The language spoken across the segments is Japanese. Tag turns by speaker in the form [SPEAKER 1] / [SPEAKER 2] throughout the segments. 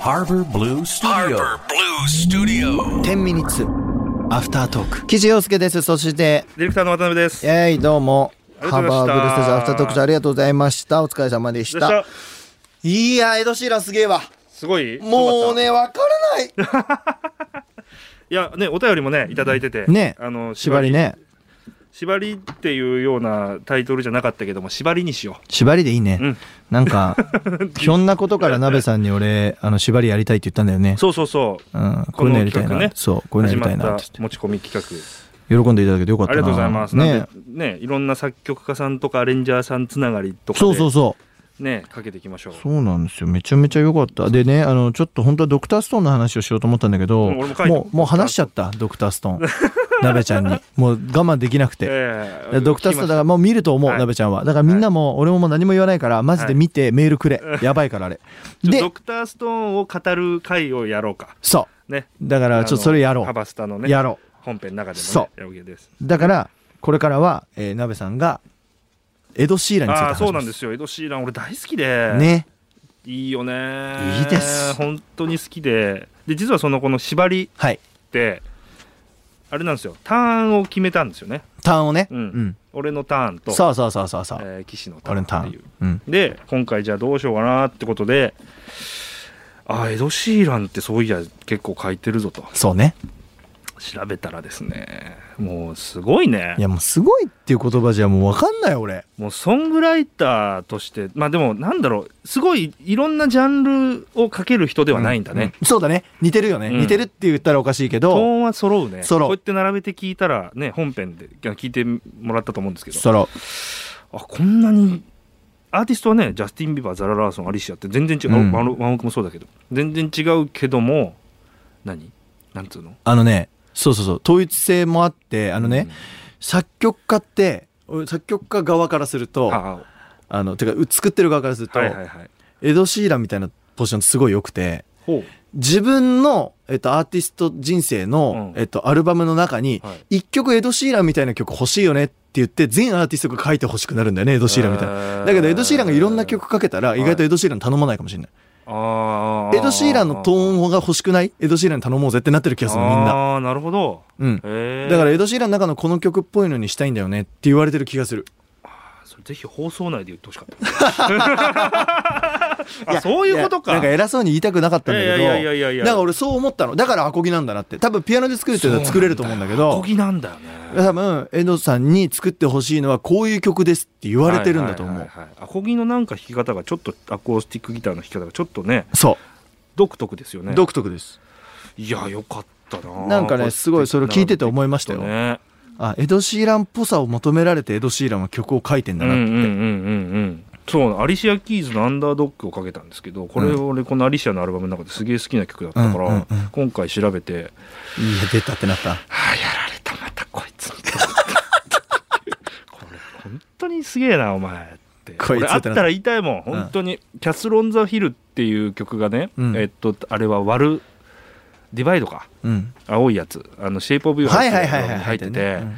[SPEAKER 1] Harbor Blue Studio
[SPEAKER 2] 10ミニッツアフタートーク岸洋介ですそして
[SPEAKER 3] ディレクターの渡辺です。
[SPEAKER 2] えいどうも
[SPEAKER 3] あり
[SPEAKER 2] ハ
[SPEAKER 3] が
[SPEAKER 2] ー
[SPEAKER 3] とうござい
[SPEAKER 2] バ
[SPEAKER 3] ま
[SPEAKER 2] ーブルステー
[SPEAKER 3] した
[SPEAKER 2] ジアフタートークありがとうございましたお疲れ様でし
[SPEAKER 3] で
[SPEAKER 2] た
[SPEAKER 3] した
[SPEAKER 2] いやーエド・シーランすげえわ
[SPEAKER 3] すごい。
[SPEAKER 2] もう
[SPEAKER 3] すごかっ
[SPEAKER 2] ねわからない
[SPEAKER 3] た。いやねお便りもねいただいてて。
[SPEAKER 2] ね
[SPEAKER 3] あの
[SPEAKER 2] 縛り。ね
[SPEAKER 3] 縛りっていうようなタイトルじゃなかったけども縛りにしよ
[SPEAKER 2] 縛りでいいね、
[SPEAKER 3] うん
[SPEAKER 2] なん かひょんなことから鍋さんに俺あの縛りやりたいって言ったんだよね
[SPEAKER 3] う。そうそうそう。
[SPEAKER 2] うん、こういうのやりたいな、
[SPEAKER 3] この企画ね
[SPEAKER 2] そうこういうのや
[SPEAKER 3] 始
[SPEAKER 2] り
[SPEAKER 3] ま
[SPEAKER 2] たい
[SPEAKER 3] っ
[SPEAKER 2] な
[SPEAKER 3] た
[SPEAKER 2] って言っ
[SPEAKER 3] 持ち込み企画。
[SPEAKER 2] て喜んでいただけてよかっ
[SPEAKER 3] あ
[SPEAKER 2] た
[SPEAKER 3] り
[SPEAKER 2] な
[SPEAKER 3] がとうございます。なん
[SPEAKER 2] ね
[SPEAKER 3] でねいろんな作曲家さんとかアレンジャーさんつながりとかで
[SPEAKER 2] そうそうそう
[SPEAKER 3] ねかけていきましょう。
[SPEAKER 2] そうなんですよめちゃめちゃ良かったでねあのちょっと本当はドクターストーンの話をしようと思ったんだけど
[SPEAKER 3] うん俺も書いた
[SPEAKER 2] もうもう話しちゃったドクターストーン 鍋ちゃんにもう我慢できなくて、
[SPEAKER 3] ええ
[SPEAKER 2] ドクターストーンだか
[SPEAKER 3] 聞き
[SPEAKER 2] らもう見ると思う、
[SPEAKER 3] はい
[SPEAKER 2] 鍋ちゃんはだからみんなも俺ももう何も言わないからマジで見てメールくれ、やばいからあれ
[SPEAKER 3] ましたちょ
[SPEAKER 2] で
[SPEAKER 3] ドクターストーンを語る会をやろうか。
[SPEAKER 2] そう
[SPEAKER 3] ね。
[SPEAKER 2] だからちょっとそれやろ
[SPEAKER 3] あのハ
[SPEAKER 2] う
[SPEAKER 3] バスタのね。
[SPEAKER 2] やろ
[SPEAKER 3] 本編の中でもね。
[SPEAKER 2] そ
[SPEAKER 3] やるわけです。
[SPEAKER 2] うだからこれからは、えー、鍋さんがエド・シーランについて
[SPEAKER 3] ああ
[SPEAKER 2] 話します
[SPEAKER 3] そうなんですよエド・シーラン俺大好きで、
[SPEAKER 2] ね
[SPEAKER 3] いいよね
[SPEAKER 2] いいです
[SPEAKER 3] 本当に好きでで実はそのこの縛り
[SPEAKER 2] はい
[SPEAKER 3] ってあれなんですよターンを決めたんですよね
[SPEAKER 2] ターンをね
[SPEAKER 3] うん俺のターンと、
[SPEAKER 2] そうそうそうそうそう、
[SPEAKER 3] えー、岸のタ
[SPEAKER 2] 俺のタ
[SPEAKER 3] ーンって
[SPEAKER 2] ー
[SPEAKER 3] いう
[SPEAKER 2] ン、うん、
[SPEAKER 3] で今回じゃあどうしようかなってことでああエド・シーランってそういや結構書いてるぞと
[SPEAKER 2] そうね
[SPEAKER 3] 調べたらですねもうすごいね
[SPEAKER 2] いやもうすごいっていう言葉じゃもう分かんない俺
[SPEAKER 3] もうソングライターとしてまあでもなんだろうすごいいろんなジャンルを書ける人ではないんだね、
[SPEAKER 2] うんそうだね似てるよね、
[SPEAKER 3] うん
[SPEAKER 2] 似てるって言ったらおかしいけ
[SPEAKER 3] トー
[SPEAKER 2] ど
[SPEAKER 3] ンは揃うね
[SPEAKER 2] 揃う
[SPEAKER 3] こうやって並べて聞いたらね本編で聞いてもらったと思うんですけど
[SPEAKER 2] そろ
[SPEAKER 3] あこんなにアーティストはねジャスティン・ビーバーザラ・ラーソンアリシアって全然違う、
[SPEAKER 2] うん
[SPEAKER 3] ワンワンオクもそうだけど全然違うけども何なんつうの
[SPEAKER 2] あのねそうそうそう統一性もあってあのね、作曲家って俺作曲家側からする
[SPEAKER 3] うん
[SPEAKER 2] とあ
[SPEAKER 3] あ
[SPEAKER 2] のてかう作ってる側からすると、
[SPEAKER 3] はいはいはい
[SPEAKER 2] エド・シーランみたいなポジションすごい良くて
[SPEAKER 3] ほ
[SPEAKER 2] 自分の、えっと、アーティスト人生の、
[SPEAKER 3] うん
[SPEAKER 2] えっと、アルバムの中に、
[SPEAKER 3] う、はい、
[SPEAKER 2] 一曲エド・シーランみたいな曲欲しいよねって言って全アーティストが書いて欲しくなるんだよねエド・シーランみたいな。
[SPEAKER 3] な
[SPEAKER 2] だけどエド・シーランがいろんな曲かけたら
[SPEAKER 3] はい
[SPEAKER 2] 意外とエド・シーラン頼まないかもしれない、
[SPEAKER 3] あー
[SPEAKER 2] エド・シーランのトーンが欲しくないエド・シーランに頼もうぜってなってる気がするみんな、
[SPEAKER 3] ああなるほど
[SPEAKER 2] うん、
[SPEAKER 3] へー
[SPEAKER 2] だからエド・シーランの中のこの曲っぽいのにしたいんだよねって言われてる気がする
[SPEAKER 3] それぜひ放送内で言ってほしか った。 あそういうことか。
[SPEAKER 2] やなんか偉そうに言いたくなかったんだけど
[SPEAKER 3] いやいやいやいや
[SPEAKER 2] だから俺そう思ったのだからアコギなんだなって多分ピアノで作るって言ったら作れると思うんだけ
[SPEAKER 3] アコ
[SPEAKER 2] ど
[SPEAKER 3] ギなんだよね。
[SPEAKER 2] 多分エドさんに作ってほしいのはこういう曲ですって言われてるんだと思う、
[SPEAKER 3] はいはいはいはいアコギのなんか弾き方がちょっとアコースティックギターの弾き方がちょっとね
[SPEAKER 2] そ
[SPEAKER 3] 独特ですよ
[SPEAKER 2] う、
[SPEAKER 3] ね。
[SPEAKER 2] 独特です
[SPEAKER 3] いやよかったな。
[SPEAKER 2] なんかねすごいそれを聞いてて思いましたよ
[SPEAKER 3] ね。
[SPEAKER 2] あエド・シーランっぽさを求められてエド・シーランは曲を書いてん
[SPEAKER 3] う
[SPEAKER 2] だ
[SPEAKER 3] んう
[SPEAKER 2] な、
[SPEAKER 3] んうんうんうん。そうアリシア・キーズの「アンダードッグ」をかけたんですけどこれ
[SPEAKER 2] うん
[SPEAKER 3] 俺このアリシアのアルバムの中ですげえ好きな曲だったか
[SPEAKER 2] うんうん
[SPEAKER 3] ら
[SPEAKER 2] うん
[SPEAKER 3] 今回調べて
[SPEAKER 2] いいや出たってなった
[SPEAKER 3] ああやられたまたこいつにこれ本当にすげえなお前って
[SPEAKER 2] こいつ
[SPEAKER 3] 俺あったら言いたいもん本当に、キャスロン・ザ・ヒルっていう曲がね、
[SPEAKER 2] うん
[SPEAKER 3] えっとあれは割るディバイドか
[SPEAKER 2] うん
[SPEAKER 3] 青いやつあのシェイプ・オブ・ユー
[SPEAKER 2] はいはいはいはい
[SPEAKER 3] 入ってて、
[SPEAKER 2] ねうん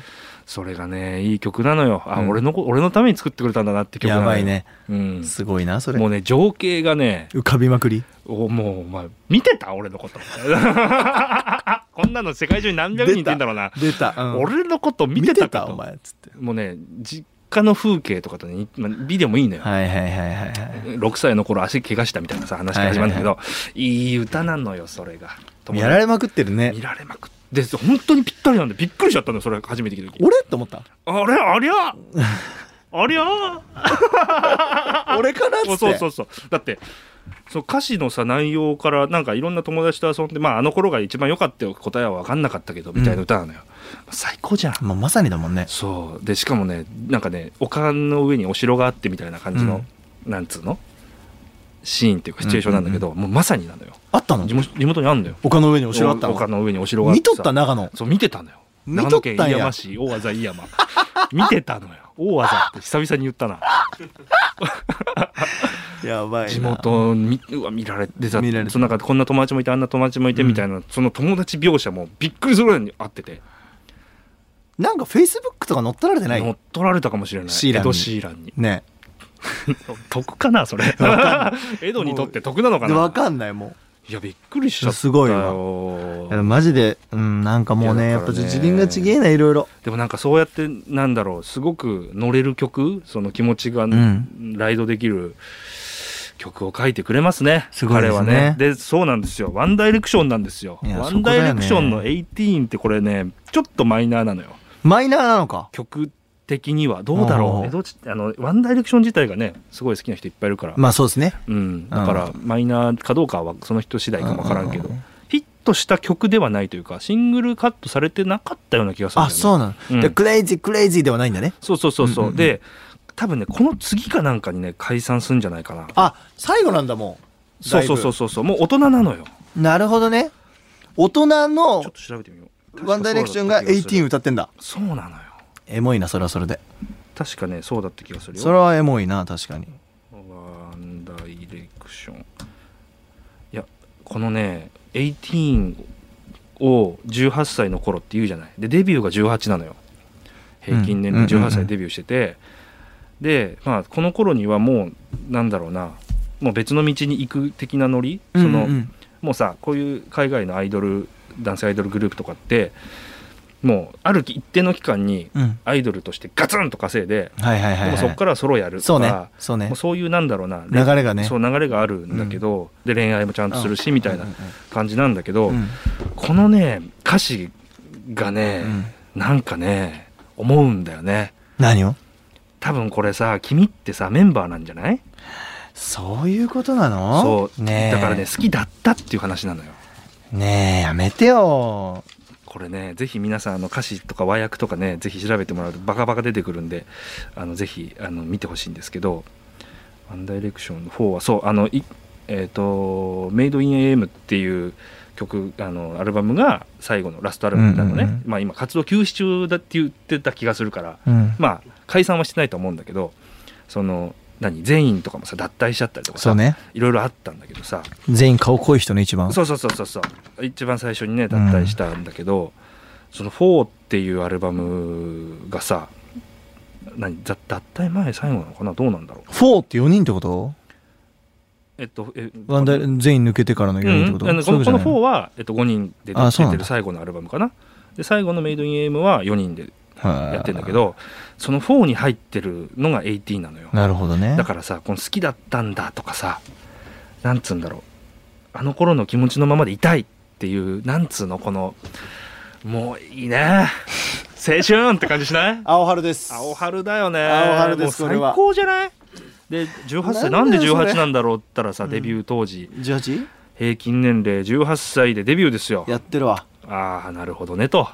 [SPEAKER 3] それがねいい曲なのよあ、
[SPEAKER 2] うん
[SPEAKER 3] 俺のこ俺のために作ってくれたんだなって曲な
[SPEAKER 2] や
[SPEAKER 3] のよ
[SPEAKER 2] ばい、ね
[SPEAKER 3] うん、
[SPEAKER 2] すごいなそれ
[SPEAKER 3] もうね情景がね
[SPEAKER 2] 浮かびまくり
[SPEAKER 3] おもうお前見てた俺のこと こんなの世界中に何百人いてんだろうな
[SPEAKER 2] 出た、うん
[SPEAKER 3] 俺のこと見てたかと
[SPEAKER 2] お前っつって
[SPEAKER 3] もうね実家の風景とかとね、まあ、ビデオもいいのよ、
[SPEAKER 2] はいはいはいはいはい
[SPEAKER 3] 6歳の頃足怪我したみたいなさ話から始まるんだけど、いい歌なのよそれが
[SPEAKER 2] やら
[SPEAKER 3] れ
[SPEAKER 2] れまくってるね
[SPEAKER 3] 見られまくってで本当にぴったりなんでびっくりしちゃったのよそれ初めて聞いた時
[SPEAKER 2] 俺って思った
[SPEAKER 3] あれあ りゃありゃ
[SPEAKER 2] 俺かなっつって
[SPEAKER 3] そうそうそうだってそう歌詞のさ内容からなんかいろんな友達と遊んで、まあ、あの頃が一番良かったよ答えは分かんなかったけどみたいな歌なのよ、最高じゃん
[SPEAKER 2] まあ、まさにだもんね
[SPEAKER 3] そうでしかもねなんかね丘の上にお城があってみたいな感じの、なんつうのシーンっていうかシチュエーションなんだけど、もうまさになのよ
[SPEAKER 2] あったの
[SPEAKER 3] 地元地元にあんのよ
[SPEAKER 2] 丘の上にお城あった
[SPEAKER 3] お丘
[SPEAKER 2] の
[SPEAKER 3] の上にお城があって
[SPEAKER 2] 見と
[SPEAKER 3] さ
[SPEAKER 2] った長野
[SPEAKER 3] そう見てたのよ
[SPEAKER 2] 見と
[SPEAKER 3] 長
[SPEAKER 2] ったんや
[SPEAKER 3] 野県飯山市大技 飯山見てたのよ大技って久々に言ったな
[SPEAKER 2] やばいな
[SPEAKER 3] 地元みうわ見られてさ
[SPEAKER 2] 見られて
[SPEAKER 3] その中でこんな友達もいてあんな友達もいてみたいな、その友達描写もびっくりするぐらいにあってて
[SPEAKER 2] なんかフェイスブックとか乗っ取られてな
[SPEAKER 3] 乗
[SPEAKER 2] い
[SPEAKER 3] っ取られたかもしれない
[SPEAKER 2] シーランに
[SPEAKER 3] 江戸シーランに
[SPEAKER 2] ね
[SPEAKER 3] 得かなそれ江戸にとって得なのかな
[SPEAKER 2] わかんないも
[SPEAKER 3] いやびっくりしちゃったよ
[SPEAKER 2] すごいいやマジで、うん、なんかもうね
[SPEAKER 3] いや
[SPEAKER 2] や
[SPEAKER 3] だ
[SPEAKER 2] っ
[SPEAKER 3] か
[SPEAKER 2] ぱ
[SPEAKER 3] らね
[SPEAKER 2] 次元がちげえないろいろ
[SPEAKER 3] でもなんかそうやってなんだろうすごく乗れる曲その気持ちが
[SPEAKER 2] ん
[SPEAKER 3] ライドできる曲を書いてくれますね、
[SPEAKER 2] すごいですね
[SPEAKER 3] 彼はねでそうなんですよワンダイレクションなんですよ
[SPEAKER 2] いや
[SPEAKER 3] ワ
[SPEAKER 2] そ
[SPEAKER 3] ン
[SPEAKER 2] こ
[SPEAKER 3] ダ
[SPEAKER 2] だよね
[SPEAKER 3] イレクションの18ってこれねちょっとマイナーなのよ
[SPEAKER 2] マイナーなのか
[SPEAKER 3] 曲的にはどうだろ
[SPEAKER 2] お
[SPEAKER 3] う
[SPEAKER 2] ー
[SPEAKER 3] えどっちあのワンダイレクション自体がねすごい好きな人いっぱいいるから、
[SPEAKER 2] まあそうですね
[SPEAKER 3] うん、だからマイナーかどうかはその人次第かもわからんけど、
[SPEAKER 2] うんうんうん
[SPEAKER 3] ヒットした曲ではないというかシングルカットされてなかったような気がするんだ
[SPEAKER 2] あ
[SPEAKER 3] よね
[SPEAKER 2] そうなの、で
[SPEAKER 3] うん
[SPEAKER 2] クレイジークレイジーではないんだね
[SPEAKER 3] そうそうそうそう。
[SPEAKER 2] うんうんうん
[SPEAKER 3] で、多分ね、この次かなんかにね、解散すんじゃないかな。
[SPEAKER 2] あ最後なんだもう
[SPEAKER 3] そうそうそ
[SPEAKER 2] そ
[SPEAKER 3] うそうそう。もう大人なのよ。
[SPEAKER 2] うなるほどね大人の
[SPEAKER 3] ちょっと調べてみよう。
[SPEAKER 2] ワンダイレクションが18
[SPEAKER 3] 歌。
[SPEAKER 2] 歌ってんだ
[SPEAKER 3] そうなのよ。
[SPEAKER 2] エモいなそれはそれで
[SPEAKER 3] 確かね、そうだった気がするよ。
[SPEAKER 2] それはエモいな確かに
[SPEAKER 3] ワンダイレクション。いや、このね、18を18歳の頃って言うじゃない。で、デビューが18なのよ。平均年
[SPEAKER 2] う
[SPEAKER 3] 齢
[SPEAKER 2] んうんうんうん
[SPEAKER 3] 18歳でデビューしてて。で、まあ、この頃にはもう、なんだろうな、もう別の道に行く的なノリ、その、
[SPEAKER 2] うんうん
[SPEAKER 3] もうさこういう海外のアイドル男性アイドルグループとかってもうある一定の期間に
[SPEAKER 2] うん、うん
[SPEAKER 3] アイドルとしてガツンと稼いで、
[SPEAKER 2] はいはいはい、は
[SPEAKER 3] でも
[SPEAKER 2] い、
[SPEAKER 3] そこからソロやる
[SPEAKER 2] そ
[SPEAKER 3] と
[SPEAKER 2] うね
[SPEAKER 3] か
[SPEAKER 2] そうね
[SPEAKER 3] もうそういうなんだろうな
[SPEAKER 2] 流れがね
[SPEAKER 3] そう流れがあるんだけど、で恋愛もちゃんとするしみたいな感じなんだけど、
[SPEAKER 2] うんうん
[SPEAKER 3] このね歌詞がね、
[SPEAKER 2] うん
[SPEAKER 3] なんかね思うんだよね
[SPEAKER 2] 何を
[SPEAKER 3] 多分これさ君ってさメンバーなんじゃない
[SPEAKER 2] そういうことなの
[SPEAKER 3] そう、
[SPEAKER 2] ねえ
[SPEAKER 3] だからね好きだったっていう話なのよ
[SPEAKER 2] ねえやめてよ
[SPEAKER 3] これねぜひ皆さんあの歌詞とか和訳とかねぜひ調べてもらうとバカバカ出てくるんであのぜひあの見てほしいんですけど「ワンダイレクション4はそうあのいえっ、と「メイドイン AM」っていう曲あのアルバムが最後のラストアルバムな
[SPEAKER 2] う
[SPEAKER 3] のね、
[SPEAKER 2] んうんうん
[SPEAKER 3] まあ、今活動休止中だって言ってた気がするから
[SPEAKER 2] うん
[SPEAKER 3] まあ解散はしてないと思うんだけどその何全員とかもさ脱退しちゃったりとか
[SPEAKER 2] そう
[SPEAKER 3] さ、
[SPEAKER 2] ね
[SPEAKER 3] いろいろあったんだけどさ
[SPEAKER 2] 全員顔濃い人の一番
[SPEAKER 3] そうそうそうそうそう一番最初にね脱退したんだけど、その「4」っていうアルバムがさ何ざ脱退前最後なのかなどうなんだろう
[SPEAKER 2] 4って4人ってこと
[SPEAKER 3] えっとえ
[SPEAKER 2] ワンダイ全員抜けてからの4
[SPEAKER 3] う
[SPEAKER 2] 人って
[SPEAKER 3] ん
[SPEAKER 2] こ
[SPEAKER 3] うん
[SPEAKER 2] と、
[SPEAKER 3] あのこ
[SPEAKER 2] そういう
[SPEAKER 3] の
[SPEAKER 2] こ
[SPEAKER 3] こと
[SPEAKER 2] じゃ
[SPEAKER 3] の
[SPEAKER 2] ない
[SPEAKER 3] 4は、えっと、5人で
[SPEAKER 2] あそう
[SPEAKER 3] 出
[SPEAKER 2] な
[SPEAKER 3] て
[SPEAKER 2] んだ
[SPEAKER 3] る最後のアルバムかなで最後の「メイドインエームは4人で
[SPEAKER 2] はい
[SPEAKER 3] やってんだけどその4に入ってるのが18なのよ
[SPEAKER 2] なるほどね
[SPEAKER 3] だからさこの好きだったんだとかさなんつうんだろうあの頃の気持ちのままでいたいっていうなんつうのこのもういいね青春って感じ しない
[SPEAKER 2] 青春です
[SPEAKER 3] 青春だよね
[SPEAKER 2] 青春です
[SPEAKER 3] もう
[SPEAKER 2] これは
[SPEAKER 3] 最高じゃないで18歳
[SPEAKER 2] な
[SPEAKER 3] なんん
[SPEAKER 2] だ
[SPEAKER 3] で
[SPEAKER 2] よそれ
[SPEAKER 3] 18なんだろうって言ったらさ
[SPEAKER 2] うん
[SPEAKER 3] デビュー当時
[SPEAKER 2] 18?
[SPEAKER 3] 平均年齢18歳でデビューですよ
[SPEAKER 2] やってるわ
[SPEAKER 3] ああなるほどねと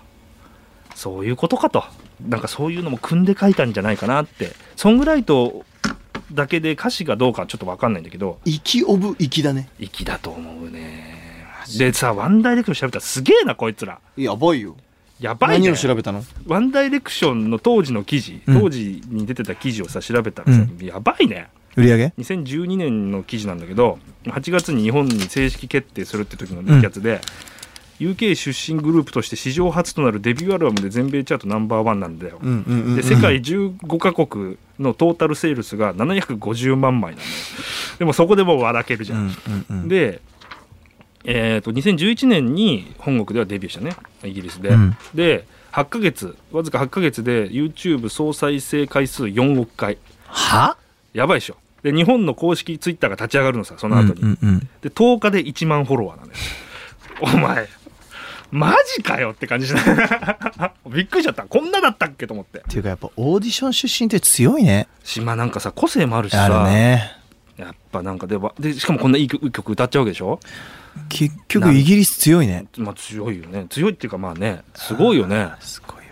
[SPEAKER 3] そういうことかとなんかそういうのも組んで書いたんじゃないかなってソングライトだけで歌詞がどうかちょっと分かんないんだけど
[SPEAKER 2] 生きオブ生きだね
[SPEAKER 3] 粋だと思うねでさワンダイレクション調べたらすげえなこいつら
[SPEAKER 2] やばいよ
[SPEAKER 3] やばいね
[SPEAKER 2] べたの
[SPEAKER 3] ワンダイレクションの当時の記事
[SPEAKER 2] うん
[SPEAKER 3] 当時に出てた記事をさ調べたらさ、やばいね
[SPEAKER 2] 売り上げ
[SPEAKER 3] 2012年の記事なんだけど8月に日本に正式決定するって時のやつで、UK 出身グループとして史上初となるデビューアルバムで全米チャートナンバーワンなんだよ、
[SPEAKER 2] んうん
[SPEAKER 3] で世界15カ国のトータルセールスが750万枚なのよでもそこでもう笑けるじ
[SPEAKER 2] う
[SPEAKER 3] ゃん、
[SPEAKER 2] んうんうん
[SPEAKER 3] でえー、と2011年に本国ではデビューしたねイギリスで、
[SPEAKER 2] うん
[SPEAKER 3] で8ヶ月わずか8ヶ月で YouTube 総再生回数4億回
[SPEAKER 2] は
[SPEAKER 3] やばいでしょ。で、日本の公式ツイッターが立ち上がるのさ、その後に。
[SPEAKER 2] うんうんうん
[SPEAKER 3] で、10日で1万フォロワーなんだよ。 お前、マジかよって感じしない びっくりしちゃった。こんなだったっけと思って
[SPEAKER 2] っ。ていうかやっぱオーディション出身って強いね
[SPEAKER 3] しまあなんかさ、個性もあるし
[SPEAKER 2] あ
[SPEAKER 3] さ、
[SPEAKER 2] るね
[SPEAKER 3] やっぱなんかでわ、で、しかもこんないい曲曲歌っちゃうわけでしょ
[SPEAKER 2] 結局イギリス強いね
[SPEAKER 3] まあ強いよね。強いっていうかまあね、すごいよね。
[SPEAKER 2] すごいわ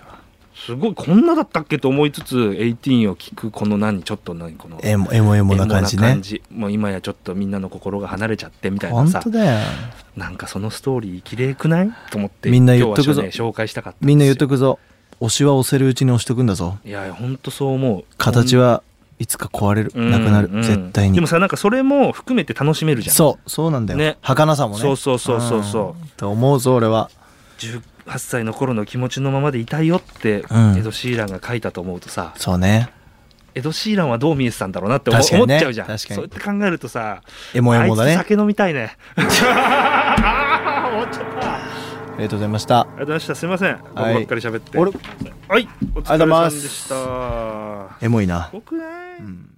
[SPEAKER 3] すごい、こんなだったっけと思いつつ、18を聞く、この何、ちょっと何、この。
[SPEAKER 2] エモエモエモな感じ
[SPEAKER 3] エモな
[SPEAKER 2] ね
[SPEAKER 3] 感じもう今やちょっとみんなの心が離れちゃってみたいな
[SPEAKER 2] 本
[SPEAKER 3] さ
[SPEAKER 2] 当だよ
[SPEAKER 3] なんかそのストーリー綺麗くないと思って
[SPEAKER 2] みんな言っとくぞ
[SPEAKER 3] 今日はね紹介したかったですよ
[SPEAKER 2] みんな言っとくぞ押しは押せるうちに押しとくんだぞ
[SPEAKER 3] いや本当そう思う
[SPEAKER 2] 形はいつか壊れる
[SPEAKER 3] うん
[SPEAKER 2] なくなる
[SPEAKER 3] うん
[SPEAKER 2] 絶対に
[SPEAKER 3] でもさなんかそれも含めて楽しめるじゃん
[SPEAKER 2] そうそうなんだよ、
[SPEAKER 3] ね
[SPEAKER 2] 儚さもね
[SPEAKER 3] そうそうそうそうそうん
[SPEAKER 2] と思うぞ俺は
[SPEAKER 3] 18歳の頃の気持ちのままでいたいよって、
[SPEAKER 2] うん
[SPEAKER 3] エド・シーランが書いたと思うとさ
[SPEAKER 2] そうね
[SPEAKER 3] エド・シーランはどう見えてたんだろうなって思,、
[SPEAKER 2] 確かにね
[SPEAKER 3] っちゃうじゃん
[SPEAKER 2] 確かに
[SPEAKER 3] そうやって考えるとさ
[SPEAKER 2] エモエモだ
[SPEAKER 3] あいつ
[SPEAKER 2] ね
[SPEAKER 3] 酒飲みたいね
[SPEAKER 2] りがとうございました
[SPEAKER 3] ありがとうございましたすいません、僕ばっかり喋って
[SPEAKER 2] 俺
[SPEAKER 3] はいお疲れ様でした
[SPEAKER 2] エモいな、
[SPEAKER 3] 僕ね
[SPEAKER 2] うん